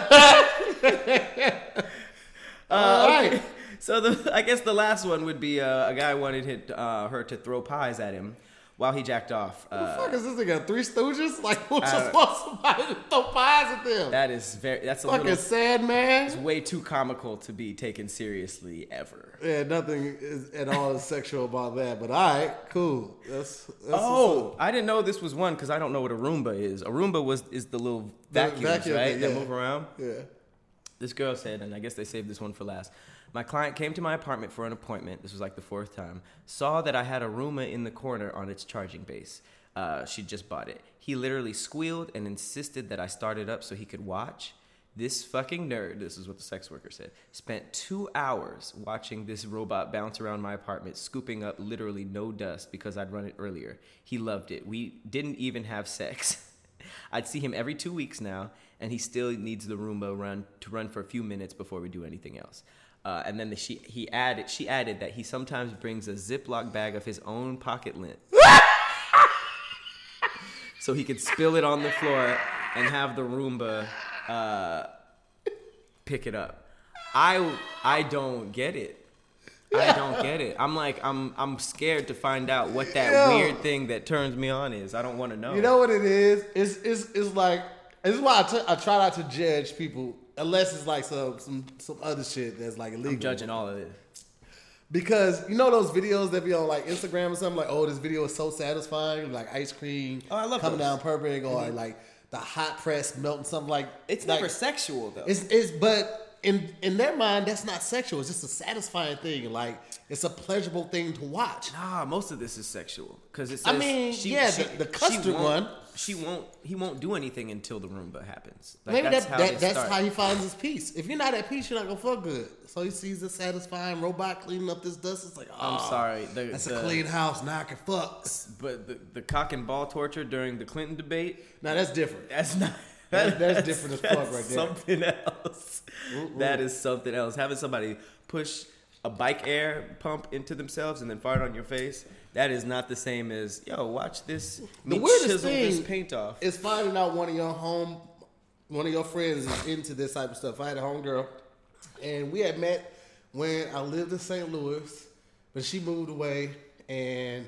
S1: All right.
S2: so the, I guess the last one would be uh, a guy wanted hit, uh, her to throw pies at him while he jacked off.
S1: The
S2: Uh,
S1: fuck is this nigga? Three Stooges? Like who's
S2: I don't-
S1: just want somebody to throw pies at them?
S2: that is very. That's a
S1: Fucking
S2: little
S1: sad man.
S2: way too comical to be taken seriously ever.
S1: Yeah, nothing is at all is sexual about that. But all right, cool. That's, that's what's up.
S2: Oh, I didn't know this was one because I don't know what a Roomba is. A Roomba was is the little vacuums,
S1: vacuum
S2: right?
S1: thing,
S2: That
S1: yeah.
S2: move around.
S1: yeah.
S2: This girl said, and I guess they saved this one for last. My client came to my apartment for an appointment. This was like the fourth time. Saw that I had a Roomba in the corner on its charging base. Uh, she just bought it. He literally squealed and insisted that I start it up so he could watch. This fucking nerd, this is what the sex worker said, spent two hours watching this robot bounce around my apartment, scooping up literally no dust because I'd run it earlier. He loved it. We didn't even have sex. I'd see him every two weeks now, and he still needs the Roomba run to run for a few minutes before we do anything else. Uh, and then the, she he added she added that he sometimes brings a Ziploc bag of his own pocket lint, so he could spill it on the floor and have the Roomba uh, pick it up. I I don't get it. I don't get it. I'm like I'm I'm scared to find out what that
S1: Yo.
S2: weird thing that turns me on is. I don't want to know.
S1: You know what it is? It's it's it's like it's why I, t- I try not to judge people unless it's like some some some other shit that's like illegal.
S2: I'm judging all of this.
S1: Because you know those videos that be on like Instagram or something like, oh, this video is so satisfying, like ice cream
S2: Oh, I love
S1: coming
S2: those. Mm-hmm.
S1: down perfect, or like the hot press melting something like
S2: It's
S1: like,
S2: never sexual though.
S1: It's it's but in in their mind that's not sexual. It's just a satisfying thing. Like it's a pleasurable thing to watch.
S2: nah, most of this is sexual because it's.
S1: I mean, yeah, the- the custard one.
S2: She won't. He won't do anything until the Roomba happens. Like,
S1: Maybe
S2: that's
S1: that,
S2: how
S1: that,
S2: they
S1: that's
S2: start.
S1: how he finds his peace. If you're not at peace, you're not gonna fuck good. So he sees this satisfying robot cleaning up this dust. It's like, oh,
S2: I'm sorry. The,
S1: that's
S2: the-
S1: a clean house. Now I can fuck.
S2: But the, the cock and ball torture during the Clinton debate.
S1: Now that's different.
S2: That's not.
S1: That- that's different as fuck
S2: that's
S1: right there.
S2: Something else. That is something else. Having somebody push a bike air pump into themselves and then fart on your face. That is not the same as yo. Watch this.
S1: The
S2: me
S1: weirdest
S2: chisel
S1: thing
S2: this paint off.
S1: is finding out one of your home, one of your friends is into this type of stuff. I had a homegirl, and we had met when I lived in St. Louis, but she moved away, and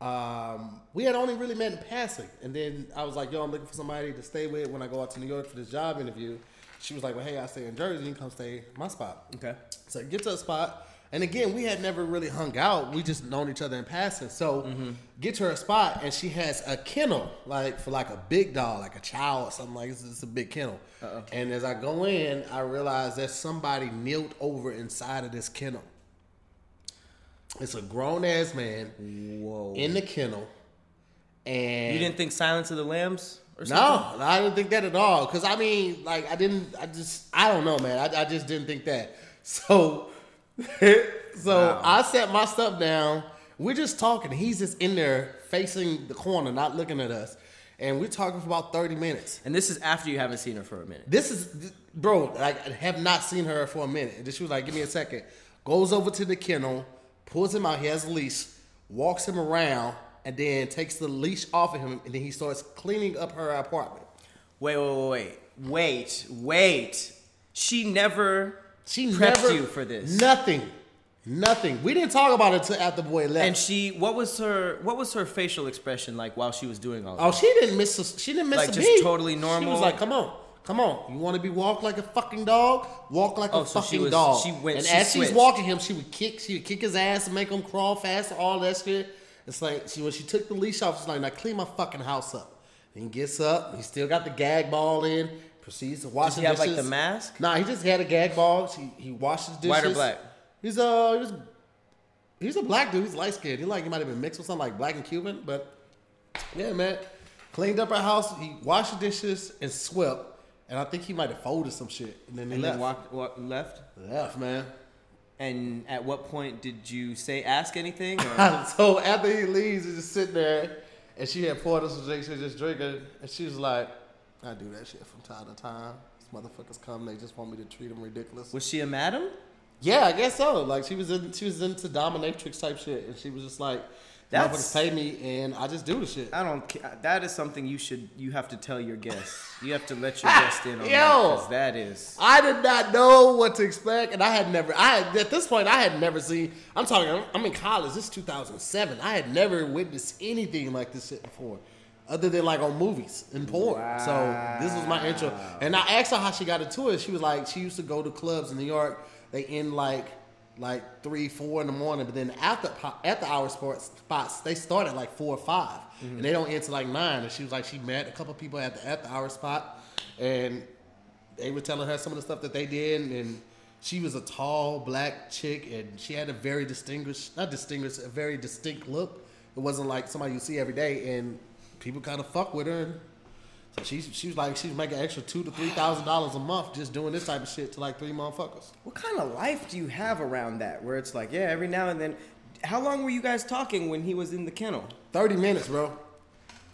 S1: um, we had only really met in passing. And then I was like, "Yo, I'm looking for somebody to stay with when I go out to New York for this job interview." She was like, "Well, hey, I stay in Jersey. You can come stay at my spot."
S2: Okay.
S1: So I get to a spot, and again, we had never really hung out. We just known each other in passing. So
S2: Mm-hmm.
S1: get to her spot, and she has a kennel, like for like a big dog, like a child or something like. This It's a big kennel. And as I go in, I realize that somebody knelt over inside of this kennel. It's a grown ass man
S2: Whoa.
S1: in the kennel, and
S2: Mm-hmm. You didn't think Silence of the Lambs or
S1: no,
S2: something?
S1: no, I didn't think that at all. Cause I mean, like, I didn't. I just, I don't know, man. I, I just didn't think that. So, so
S2: Wow.
S1: I set my stuff down. We're just talking. He's just in there facing the corner, not looking at us, and we're talking for about thirty minutes.
S2: And this is after you haven't seen her for a minute.
S1: This is, bro. Like, I have not seen her for a minute. And then she was like, "Give me a second. Goes over to the kennel, pulls him out. He has a leash, walks him around, and then takes the leash off of him, and then he starts cleaning up her apartment.
S2: Wait, wait, wait, wait. wait, wait. She never
S1: She
S2: prepped
S1: never
S2: you for this.
S1: Nothing, nothing. We didn't talk about it until after boy left.
S2: And she, what was her, what was her facial expression like while she was doing all of
S1: oh, she didn't miss. A, she didn't miss
S2: Like,
S1: a
S2: just
S1: beat.
S2: totally
S1: She
S2: normal?
S1: was like, "Come on, come on. You want to be walked like a fucking dog? Walk like
S2: Oh,
S1: a
S2: so she
S1: fucking
S2: was-
S1: dog."
S2: she went-
S1: and
S2: she
S1: as she's
S2: switched.
S1: walking him, she would kick. She would kick his ass and make him crawl fast and all that shit. It's like she when she took the leash off, she's like, "Now clean my fucking house up." And he gets up. He still got the gag ball in. Proceeds to wash
S2: Does he
S1: the
S2: have, like,
S1: dishes.
S2: the mask?
S1: Nah, he just had a gag ball. She, he washes dishes.
S2: White or black?
S1: He's uh, he was He's a black dude. He's light skinned. He like he might have been mixed with something like black and Cuban, but yeah, man. Cleaned up our house. He washed the dishes and swept, and I think he might have folded some shit, and then they
S2: And
S1: left.
S2: then walked, walked left.
S1: left, man.
S2: And at what point did you say ask anything? Or?
S1: so after he leaves, he's just sitting there, and she had poured us some drinks. She was just drinking, and she was like, "I do that shit from time to time. These motherfuckers come. They just want me to treat them ridiculous."
S2: was she a madam?
S1: Yeah, I guess so. Like she was in, she was into dominatrix type shit, and she was just like,
S2: That's-
S1: "Motherfuckers pay me, and I just do the shit."
S2: I don't. ca- That is something you should. You have to tell your guests. You have to let your guests in on that,
S1: Yo.
S2: 'cause that is.
S1: I did not know what to expect, and I had never. I had- at this point, I had never seen. I'm talking. I'm, I'm in college. This is 2007. I had never witnessed anything like this shit before, other than like on movies and porn. So this was my intro. And I asked her how she got into it. She was like, she used to go to clubs in New York. They end like like three, four in the morning, but then after po- after hour sports spots, they start at like four or 5 and they don't end till like nine. And she was like, she met a couple people at the after hour spot, and they were telling her some of the stuff that they did, and she was a tall black chick, and she had a very distinguished, not distinguished, a very distinct look. It wasn't like somebody you see every day, and people kind of fuck with her. And so she she was like she was making extra two to three thousand dollars a month just doing this type of shit to like three motherfuckers.
S2: What kind of life do you have around that? Where it's like, yeah, every now and then. How long were you guys talking when he was in the kennel?
S1: Thirty minutes, bro.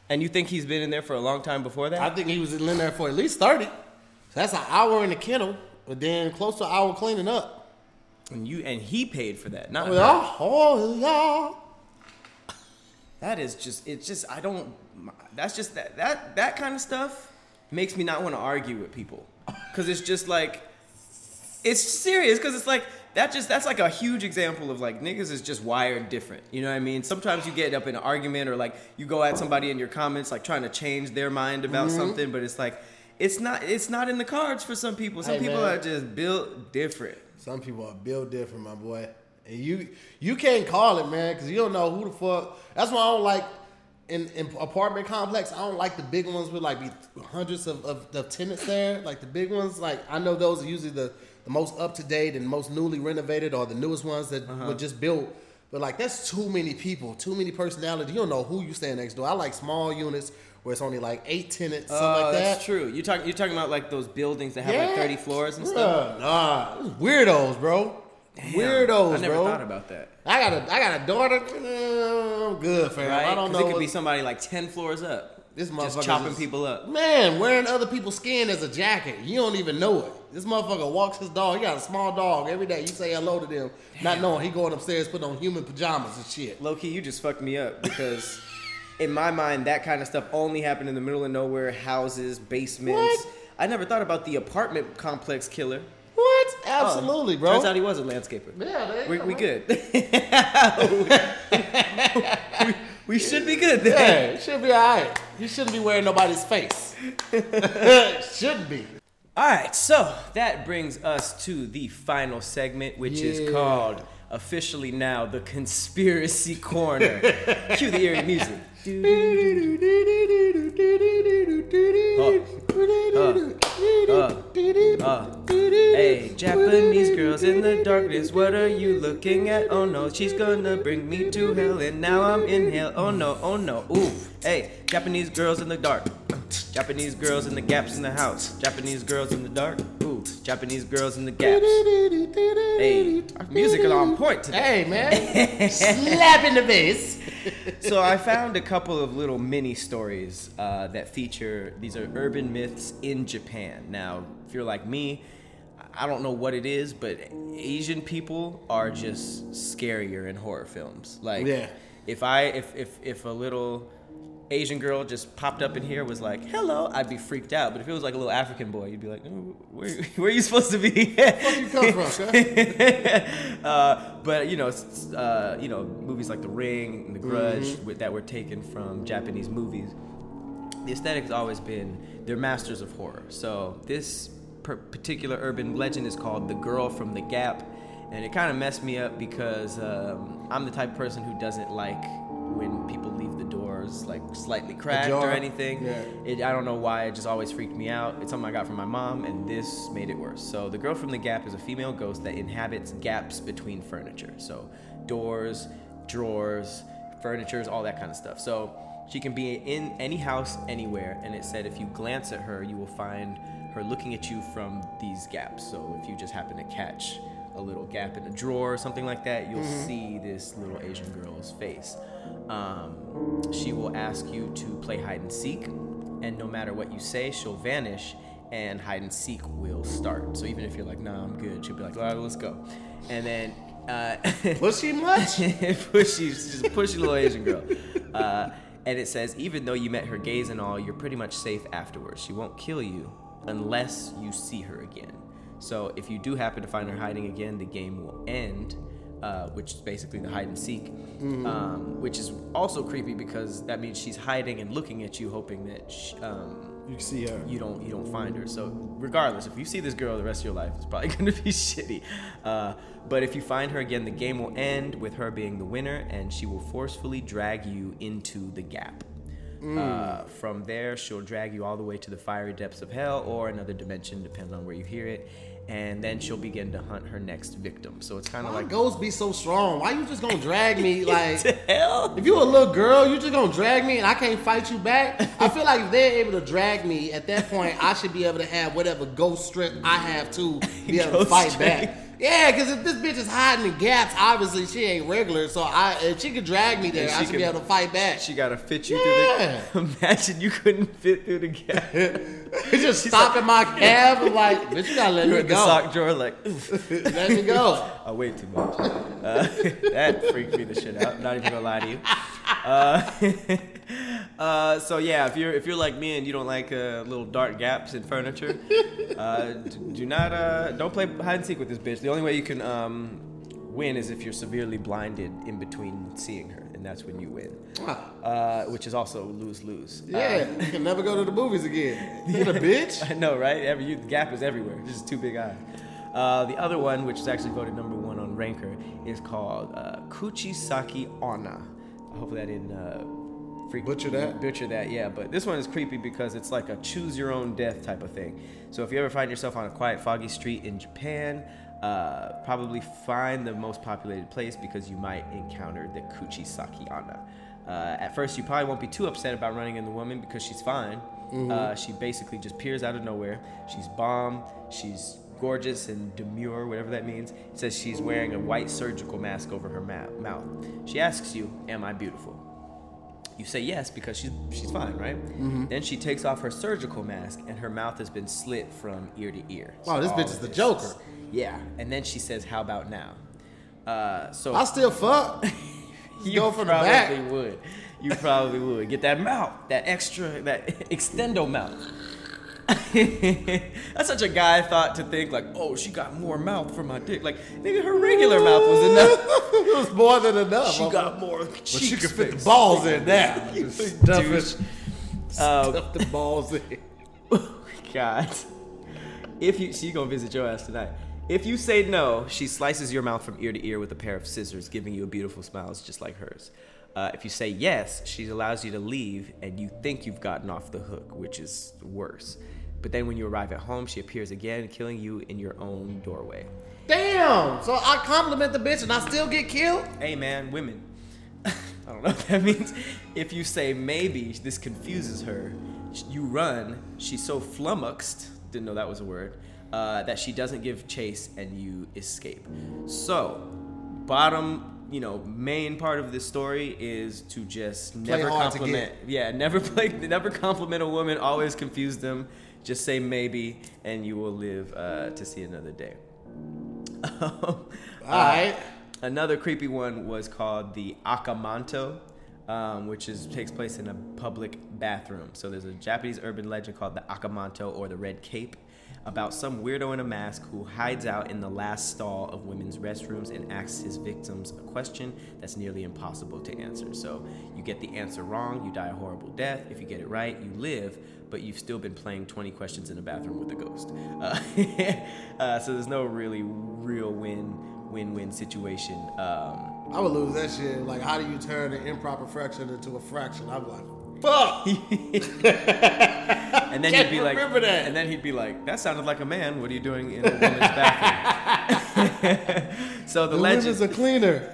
S2: And you think he's been in there for a long time before that?
S1: I think he was in there for at least thirty. So that's an hour in the kennel, but then close to an hour cleaning up.
S2: and you and he paid for that. Not her.
S1: Yeah, oh yeah.
S2: That is just. It's just. I don't. my- That's just that. That that kind of stuff makes me not want to argue with people, because it's just like, it's serious. Because it's like that. Just that's like a huge example of like niggas is just wired different. You know what I mean? Sometimes you get up in an argument or like you go at somebody in your comments like trying to change their mind about
S1: Mm-hmm.
S2: something, but it's like. It's not. It's not in the cards for some people. Some
S1: Hey,
S2: people
S1: man.
S2: are just built different.
S1: Some people are built different, my boy. And you you can't call it, man, because you don't know who the fuck. That's why I don't like in, in apartment complex. I don't like the big ones with like be hundreds of, of, of tenants there. Like the big ones, like I know those are usually the, the most up to date and most newly renovated or the newest ones that
S2: Uh-huh.
S1: were just built. But like that's too many people, too many personalities. You don't know who you stand next door. I like small units where it's only like eight tenants, something
S2: Oh,
S1: like that.
S2: that's true. You're talking. You're talking about like those buildings that have like 30 floors and
S1: Bruh,
S2: stuff.
S1: Nah, it's weirdos, bro.
S2: Damn,
S1: Weirdos,
S2: I never
S1: bro.
S2: thought about that.
S1: I got a I got a daughter. Uh, I'm good, fam.
S2: Right?
S1: I don't
S2: 'Cause
S1: know.
S2: It could be
S1: what-
S2: somebody like ten floors up.
S1: This
S2: just
S1: motherfucker
S2: chopping
S1: just-
S2: people up.
S1: Man, wearing other people's skin as a jacket. You don't even know it. This motherfucker walks his dog. He got a small dog every day. You say hello to them, not knowing he going upstairs putting on human pajamas and shit.
S2: Low key, you just fucked me up because, in my mind, that kind of stuff only happened in the middle of nowhere, houses, basements.
S1: What?
S2: I never thought about the apartment complex killer.
S1: What? Absolutely,
S2: Oh,
S1: bro.
S2: Turns out he was a landscaper.
S1: Yeah, they-
S2: we, we good. We- we should be good. Then.
S1: yeah, you should be alright. You shouldn't be wearing nobody's face. shouldn't be.
S2: All right, so that brings us to the final segment, which is
S1: Yeah.
S2: called officially now the Conspiracy Corner. Cue the eerie music. Hey, Japanese girls in the darkness, what are you looking at? Oh no, she's gonna bring me to hell, and now I'm in hell. Oh no, oh no, ooh. Hey, Japanese girls in the dark. Japanese girls in the gaps in the house. Japanese girls in the dark. Ooh, Japanese girls in the gaps. Hey, our music is on point
S1: Hey,
S2: today.
S1: man. Slap in the face.
S2: so I found a couple of little mini stories uh, that feature these are urban myths in Japan. Now, if you're like me, I don't know what it is, but Asian people are just scarier in horror films. Like,
S1: Yeah.
S2: if I if if if a little Asian girl just popped up in here was like, "Hello," I'd be freaked out. But if it was like a little African boy, you'd be like, "Ooh, "Where, where you supposed to be?"
S1: Where you come from, cuz?
S2: uh, but you know, s- s- uh, you know, movies like The Ring and The Grudge with, that were taken from Japanese movies. The aesthetic has always been they're masters of horror. So this per- particular urban legend is called "The Girl from the Gap," and it kind of messed me up because um, I'm the type of person who doesn't like when people leave the doors like slightly cracked or
S1: Ajar.
S2: anything.
S1: Yeah.
S2: It, I don't know why it just always freaked me out. It's something I got from my mom, and this made it worse. So the girl from the gap is a female ghost that inhabits gaps between furniture, so doors, drawers, furnitures, all that kind of stuff. So she can be in any house, anywhere, and it said if you glance at her, you will find her looking at you from these gaps. So if you just happen to catch a little gap in a drawer or something like that, you'll see this little Asian girl's face. Um, she will ask you to play hide and seek, and no matter what you say, she'll vanish and hide and seek will start. So even if you're like, nah, I'm good, she'll be like, all right, let's go. And then. Uh,
S1: Was she much?
S2: pushy, just pushy little Asian girl. Uh, and it says, even though you met her gaze and all, you're pretty much safe afterwards. She won't kill you unless you see her again. So if you do happen to find her hiding again, the game will end, uh, which is basically the hide and seek, um, which is also creepy because that means she's hiding and looking at you, hoping that sh um,
S1: You can see her.
S2: you don't you don't find her. So regardless, if you see this girl the rest of your life, it's probably going to be shitty. Uh, but if you find her again, the game will end with her being the winner, and she will forcefully drag you into the gap.
S1: Mm.
S2: Uh, from there, she'll drag you all the way to the fiery depths of hell or another dimension, depending on where you hear it. And then she'll begin to hunt her next victim. So it's kind of
S1: Why
S2: like
S1: ghosts be so strong? Why you just gonna drag me like?
S2: to hell.
S1: If you a little girl, you just gonna drag me and I can't fight you back. I feel like if they're able to drag me at that point, I should be able to have whatever ghost strength I have to be able to
S2: Ghost
S1: fight
S2: strength.
S1: back. Yeah, because if this bitch is hiding in gaps, obviously she ain't regular. So I, if she could drag me there,
S2: And
S1: I
S2: she
S1: should be
S2: can-
S1: able to fight back.
S2: She gotta fit you
S1: Yeah.
S2: through the. Imagine you couldn't fit through the gap.
S1: just stopping my calf. I'm like, bitch, you gotta let
S2: You're
S1: me
S2: in the
S1: go.
S2: sock drawer, like. "Oof."
S1: let me go.
S2: I weigh Oh, too much. Uh, that freaked me the shit out. Not even gonna lie to you. Uh, uh, so yeah, if you're if you're like me and you don't like uh, little dark gaps in furniture, uh, d- do not uh, don't play hide and seek with this bitch. The only way you can um, win is if you're severely blinded in between seeing her, and that's when you win.
S1: Ah,
S2: Uh, which is also Uh, lose lose.
S1: Yeah, you can never go to the movies again. You a bitch.
S2: I know, right? Every you, the gap is everywhere. It's Just two big eyes. Uh, the other one, which is actually voted number one on Ranker, is called uh, Kuchisaki Ona. I hope that didn't uh, freak
S1: Butcher that?
S2: Butcher that, yeah. But this one is creepy because it's like a choose your own death type of thing. So if you ever find yourself on a quiet, foggy street in Japan, uh, probably find the most populated place because you might encounter the Kuchisaki Ana. Uh, at first, you probably won't be too upset about running into the woman because she's fine.
S1: Mm-hmm.
S2: Uh, she basically just appears out of nowhere. She's bomb. She's gorgeous and demure, whatever that means. It says she's wearing a white surgical mask over her ma- mouth. She asks you, "Am I beautiful?" You say yes because she's she's fine, right?
S1: Mm-hmm.
S2: Then she takes off her surgical mask and her mouth has been slit from ear to ear.
S1: Wow, this
S2: all
S1: bitch
S2: of
S1: is the Joker.
S2: Yeah, and then she says, "How about now?" Uh, so
S1: I still fuck.
S2: you
S1: go for the
S2: probably
S1: back.
S2: would. You probably would get that mouth, that extra, that extendo mouth. That's such a guy thought to think like, oh, she got more mouth for my dick. Like, nigga, her regular mouth was enough.
S1: it was more than enough.
S2: She got more
S1: But
S2: cheeks.
S1: she could fit the
S2: fixed.
S1: balls in there.
S2: You
S1: Just stuff,
S2: douche.
S1: it,
S2: Um,
S1: stuff the balls in.
S2: God. If you she gonna visit your ass tonight. If you say no, she slices your mouth from ear to ear with a pair of scissors, giving you a beautiful smile just like hers. Uh, if you say yes, she allows you to leave, and you think you've gotten off the hook, which is worse. But then when you arrive at home, she appears again, killing you in your own doorway.
S1: Damn. So I compliment the bitch and I still get killed?
S2: Hey man, women. I don't know what that means. If you say maybe, this confuses her. Sh- You run. She's so flummoxed, didn't know that was a word, uh, that she doesn't give chase and you escape. So, bottom, you know, main part of this story is to just never
S1: hard to
S2: compliment. Yeah, never play, never compliment a woman. Always confuse them. Just say maybe, and you will live uh, to see another day. Um,
S1: All right.
S2: Another creepy one was called the Akamanto, um, which is takes place in a public bathroom. So there's a Japanese urban legend called the Akamanto or the Red Cape about some weirdo in a mask who hides out in the last stall of women's restrooms and asks his victims a question that's nearly impossible to answer. So you get the answer wrong, you die a horrible death. If you get it right, you live, but you've still been playing 20 questions in a bathroom with a ghost. Uh, uh, so there's no really real win win win situation. Um,
S1: I would lose that shit. Like, how do you turn an improper fraction into a fraction? I'm like, fuck.
S2: and then
S1: Can't
S2: he'd be like,
S1: remember that.
S2: and then he'd be like, that sounded like a man. What are you doing in a woman's bathroom? so the
S1: The
S2: legend
S1: women's a cleaner.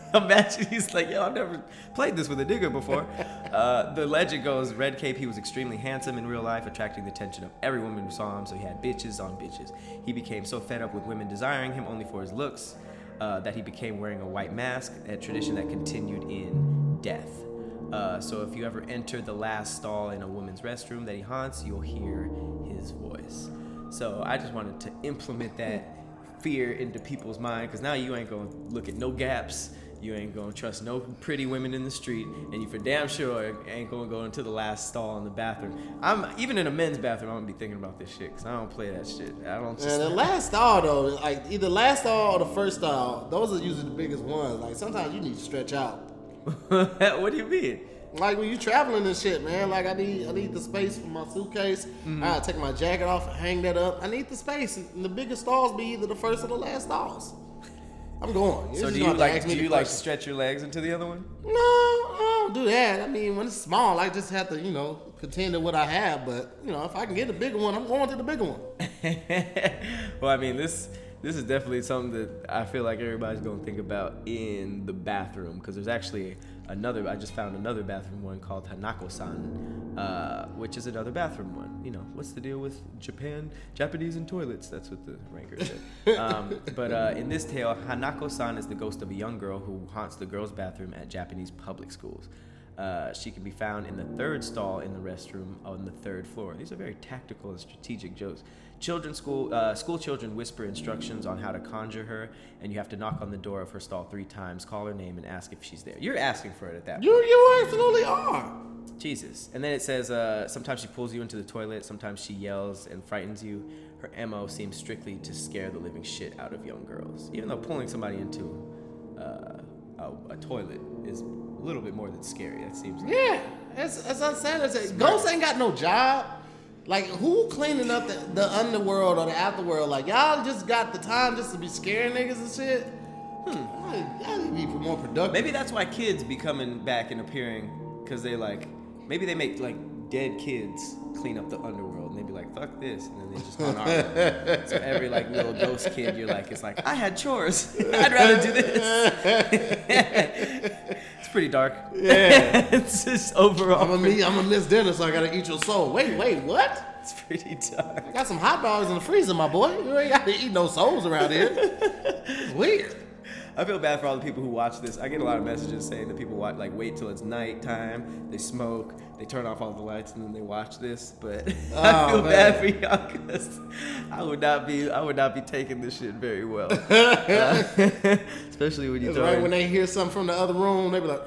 S2: Imagine he's like, yo, I've never played this with a digger before. Uh, the legend goes, Red Cape, he was extremely handsome in real life, attracting the attention of every woman who saw him, so he had bitches on bitches. He became so fed up with women desiring him only for his looks uh, that he became wearing a white mask, a tradition that continued in death. Uh, so if you ever enter the last stall in a woman's restroom that he haunts, you'll hear his voice. So I just wanted to implement that fear into people's mind because now you ain't gonna look at no gaps you ain't gonna trust no pretty women in the street and you for damn sure ain't gonna go into the last stall in the bathroom i'm even in a men's bathroom i'm gonna be thinking about this shit because i don't play that shit i don't just
S1: And the last stall though, like either last stall or the first stall, those are usually the biggest ones. Like sometimes you need to stretch out.
S2: what do you mean
S1: Like when you traveling and shit, man. Like I need I need the space for my suitcase. I gotta take my jacket off and hang that up. I need the space. And the biggest stalls be either the first or the last stalls. I'm going. You're
S2: so
S1: just gonna
S2: do you
S1: have to
S2: like
S1: ask me
S2: do
S1: the
S2: you like
S1: question.
S2: stretch your legs into the other one
S1: No, I don't do that. I mean, when it's small, I just have to, you know, contend to what I have. But you know, if I can get a bigger one, I'm going to the bigger one.
S2: well, I mean, this this is definitely something that I feel like everybody's gonna think about in the bathroom because there's actually another. I just found another bathroom one called Hanako-san, uh, which is another bathroom one. You know, what's the deal with Japan Japanese and toilets? That's what the ranker said. um, but uh, in this tale, Hanako-san is the ghost of a young girl who haunts the girls' bathroom at Japanese public schools. Uh, she can be found in the third stall in the restroom on the third floor. These are very tactical and strategic jokes. Children school uh, school children whisper instructions on how to conjure her, and you have to knock on the door of her stall three times, call her name, and ask if she's there. You're asking for it at that.
S1: You you absolutely are.
S2: Jesus. And then it says uh, sometimes she pulls you into the toilet, sometimes she yells and frightens you. Her MO seems strictly to scare the living shit out of young girls. Even though pulling somebody into uh, a, a toilet is a little bit more than scary. That seems like.
S1: Yeah, that's that's unsanitary. Ghosts ain't got no job. Like who cleaning up the, the underworld or the afterworld? Like y'all just got the time just to be scaring niggas and shit. Hmm, y'all- y'all need to be more productive.
S2: Maybe that's why kids be coming back and appearing because they like maybe they make like dead kids clean up the underworld and they be like fuck this and then they just on our level. so every like little ghost kid you're like it's like I had chores I'd rather do this it's pretty dark yeah it's just
S1: I'm
S2: overall
S1: gonna meet, I'm gonna miss dinner, so I gotta eat your soul. Wait, wait, what?
S2: it's pretty dark
S1: I got some hot dogs in the freezer, my boy. You ain't gotta eat no souls around here. It's weird.
S2: I feel bad for all the people who watch this I get a lot of messages saying that people watch like wait till it's nighttime they smoke they turn off all the lights and then they watch this but I
S1: Oh,
S2: feel
S1: man.
S2: bad for y'all because I would not be I would not be taking this shit very well Uh, especially when you
S1: It's
S2: throw
S1: right
S2: in-
S1: when they hear something from the other room, they be like,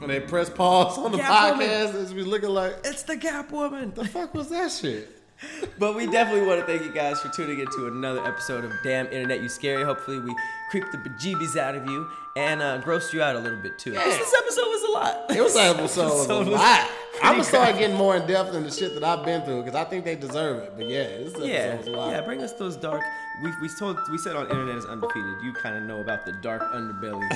S1: when they press pause on the
S2: Yeah, woman.
S1: podcast, it's be looking like,
S2: it's the Gap Woman
S1: the fuck was that shit?
S2: but we definitely want to thank you guys for tuning in to another episode of Damn Internet You Scary. Hopefully, we creep the bejeebies out of you and uh, grossed you out a little bit too.
S1: Yeah.
S2: This episode was a lot.
S1: It was
S2: This
S1: an episode of
S2: was
S1: a lot. I'm
S2: pretty
S1: gonna start getting more in depth in the shit that I've been through because I think they deserve it. But yeah, this episode
S2: Yeah,
S1: was a lot.
S2: yeah. Bring us those dark. We we told we said on internet is undefeated. You kind of know about the dark underbelly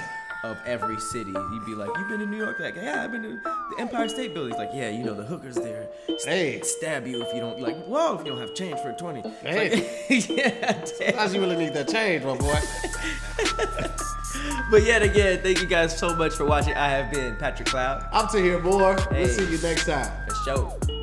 S2: of every city. You'd be like, you've been to New York, like, yeah, I've been to the Empire State Building. It's like, yeah, you know the hookers there. s-
S1: Hey.
S2: stab you if you don't like. Whoa, if you don't have change for a twenty. It's
S1: Hey.
S2: like, yeah. damn.
S1: Sometimes you really need that change, my boy.
S2: But yet again, thank you guys so much for watching. I have been Patrick Cloud.
S1: I'm to hear more.
S2: Hey.
S1: We'll see you next time.
S2: For show.